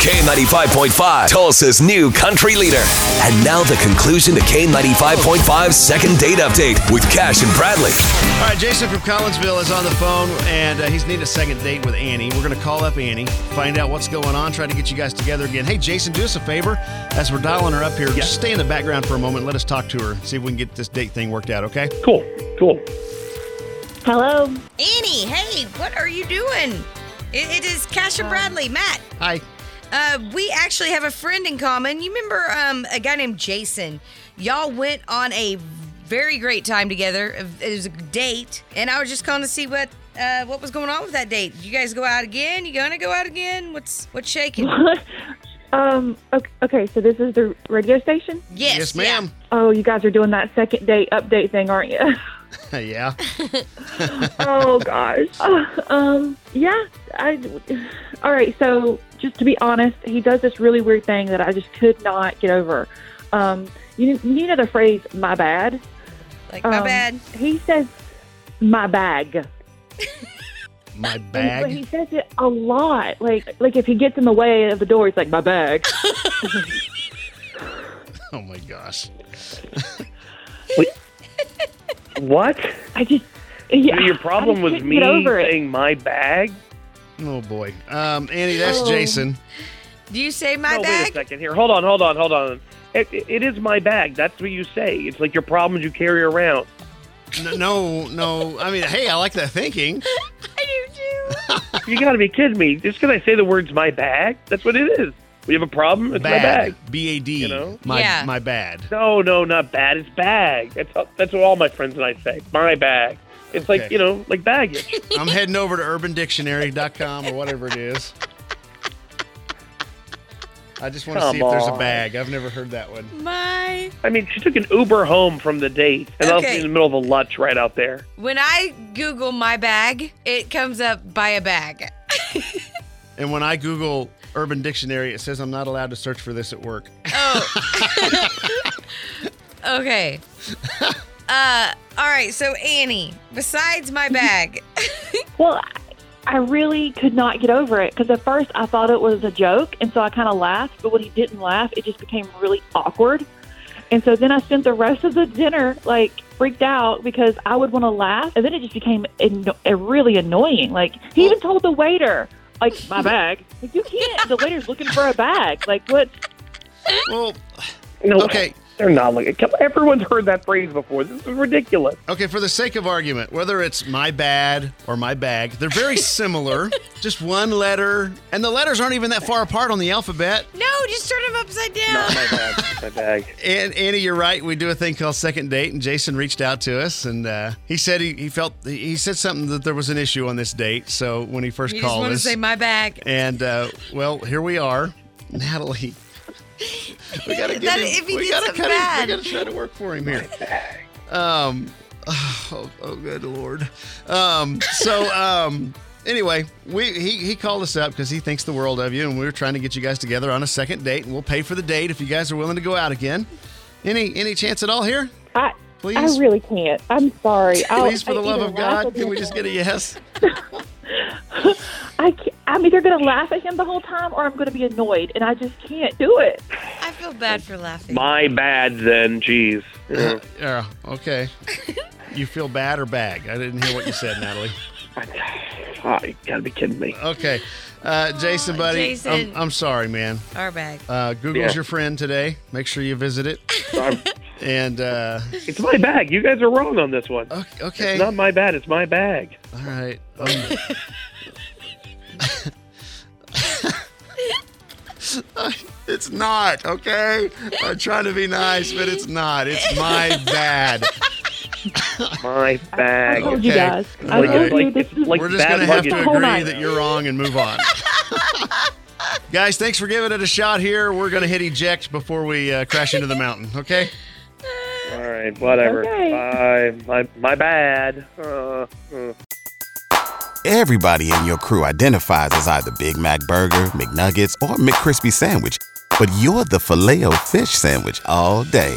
K95.5, Tulsa's new country leader. And now the conclusion to K95.5's second date update with Cash and Bradley. All right, Jason from Collinsville is on the phone, and uh, he's needing a second date with Annie. We're going to call up Annie, find out what's going on, try to get you guys together again. Hey, Jason, do us a favor as we're dialing her up here. Just stay in the background for a moment. Let us talk to her, see if we can get this date thing worked out. Okay? Cool, cool. Hello. Annie, hey, what are you doing? It, it is Um, Cash and Bradley. Matt, Hi. uh, we actually have a friend in common. You remember um, a guy named Jason? Y'all went on a very great time together. It was a date, and I was just calling to see what uh, what was going on with that date. Did you guys go out again? You gonna go out again? What's what's shaking? Um. Okay, okay. So this is the radio station. Yes, ma'am. Oh, you guys are doing that second date update thing, aren't you? Yeah. oh gosh. Uh, um. Yeah. I. All right. So just to be honest, he does this really weird thing that I just could not get over. Um. You you know the phrase "my bad." Yeah. Like my Um, bad. He says "my bag." My And He, bag. he says it a lot. Like like if he gets in the way of the door, he's like "my bag." Oh, my gosh. What? I just. Yeah, Your problem I just was couldn't me get over it. saying my bag? Oh, boy. Um, Annie, that's Oh. Jason. Do you say my no, Oh, wait a bag? second here. Hold on, hold on, hold on. It, it- it is my bag. That's what you say. It's like your problems you carry around. No, no, no. I mean, hey, I like that thinking. I do too. You got to be kidding me. Just because I say the words my bag, that's what it is. We have a problem. It's my bag. B A D. You know? My, Yeah. my bad. No, no, not bad. It's bag. That's that's what all my friends and I say. My bag. It's like Okay. you know, like baggage. I'm heading over to urbandictionary.com or whatever it is. I just want to see if Come there's a on. bag. I've never heard that one. My. I mean, she took an Uber home from the date, and I was Okay. in the middle of a lunch right out there. When I Google my bag, it comes up buy a bag. And when I Google Urban Dictionary, it says I'm not allowed to search for this at work. Oh. Okay. uh, all right. So Annie, besides my bag, Well, I- I really could not get over it because at first I thought it was a joke, and so I kind of laughed. But when he didn't laugh, it just became really awkward. And so then I spent the rest of the dinner like freaked out because I would want to laugh, and then it just became anno- uh, really annoying. Like he even told the waiter, like my bag. Like you can't. The waiter's looking for a bag. Like what? Well, No, Okay. they're not looking. Come- Everyone's heard that phrase before. This is ridiculous. okay, for the sake of argument, whether it's my bad or my bag, they're very similar. just one letter, and the letters aren't even that far apart on the alphabet. no, just turn them upside down. my bag. My bag. And Annie, you're right. We do a thing called second date, and Jason reached out to us, and uh, he said he, he felt he said something that there was an issue on this date. So when he first You just called want to us, say my bag. and uh, well, here we are, Natalie. We gotta get That- him- if he we did gotta something cut him- bad. we gotta try to work for him here. Um, oh, oh, good lord. Um, so um, anyway, we he, he called us up because he thinks the world of you, and we were trying to get you guys together on a second date, and we'll pay for the date if you guys are willing to go out again. Any any chance at all here? I Please. I really can't. I'm sorry. I'll- Please, for Oh, I the love either of laugh God, at can we him- just get a yes? I can't, I'm either gonna laugh at him the whole time, or I'm gonna be annoyed, and I just can't do it. I feel bad for laughing. My bad. Then, jeez. Yeah. Yeah. Okay. You feel bad or bag? I didn't hear what you said, Natalie. Oh, you gotta be kidding me. Okay, uh, Jason, buddy, Jason. I'm, I'm sorry, man. Our bag. Uh, Google's Yeah. your friend today. Make sure you visit it. I'm- And uh, it's my bag. You guys are wrong on this one. o- okay, It's not my bad. It's my bag. all right. Um, it's not okay. I'm trying to be nice, but it's not. It's my bad. My I bag. told you Okay. guys. I Like- told like- you this it's is like- We're just bad gonna have luggage. to Hold agree on. that you're wrong and move on. Guys, thanks for giving it a shot here. We're going to hit eject before we uh, crash into the mountain, okay? All right, whatever. Okay. Bye. My, my bad. Uh, uh. Everybody in your crew identifies as either Big Mac Burger, McNuggets, or McCrispy Sandwich. But you're the filet fish Sandwich all day.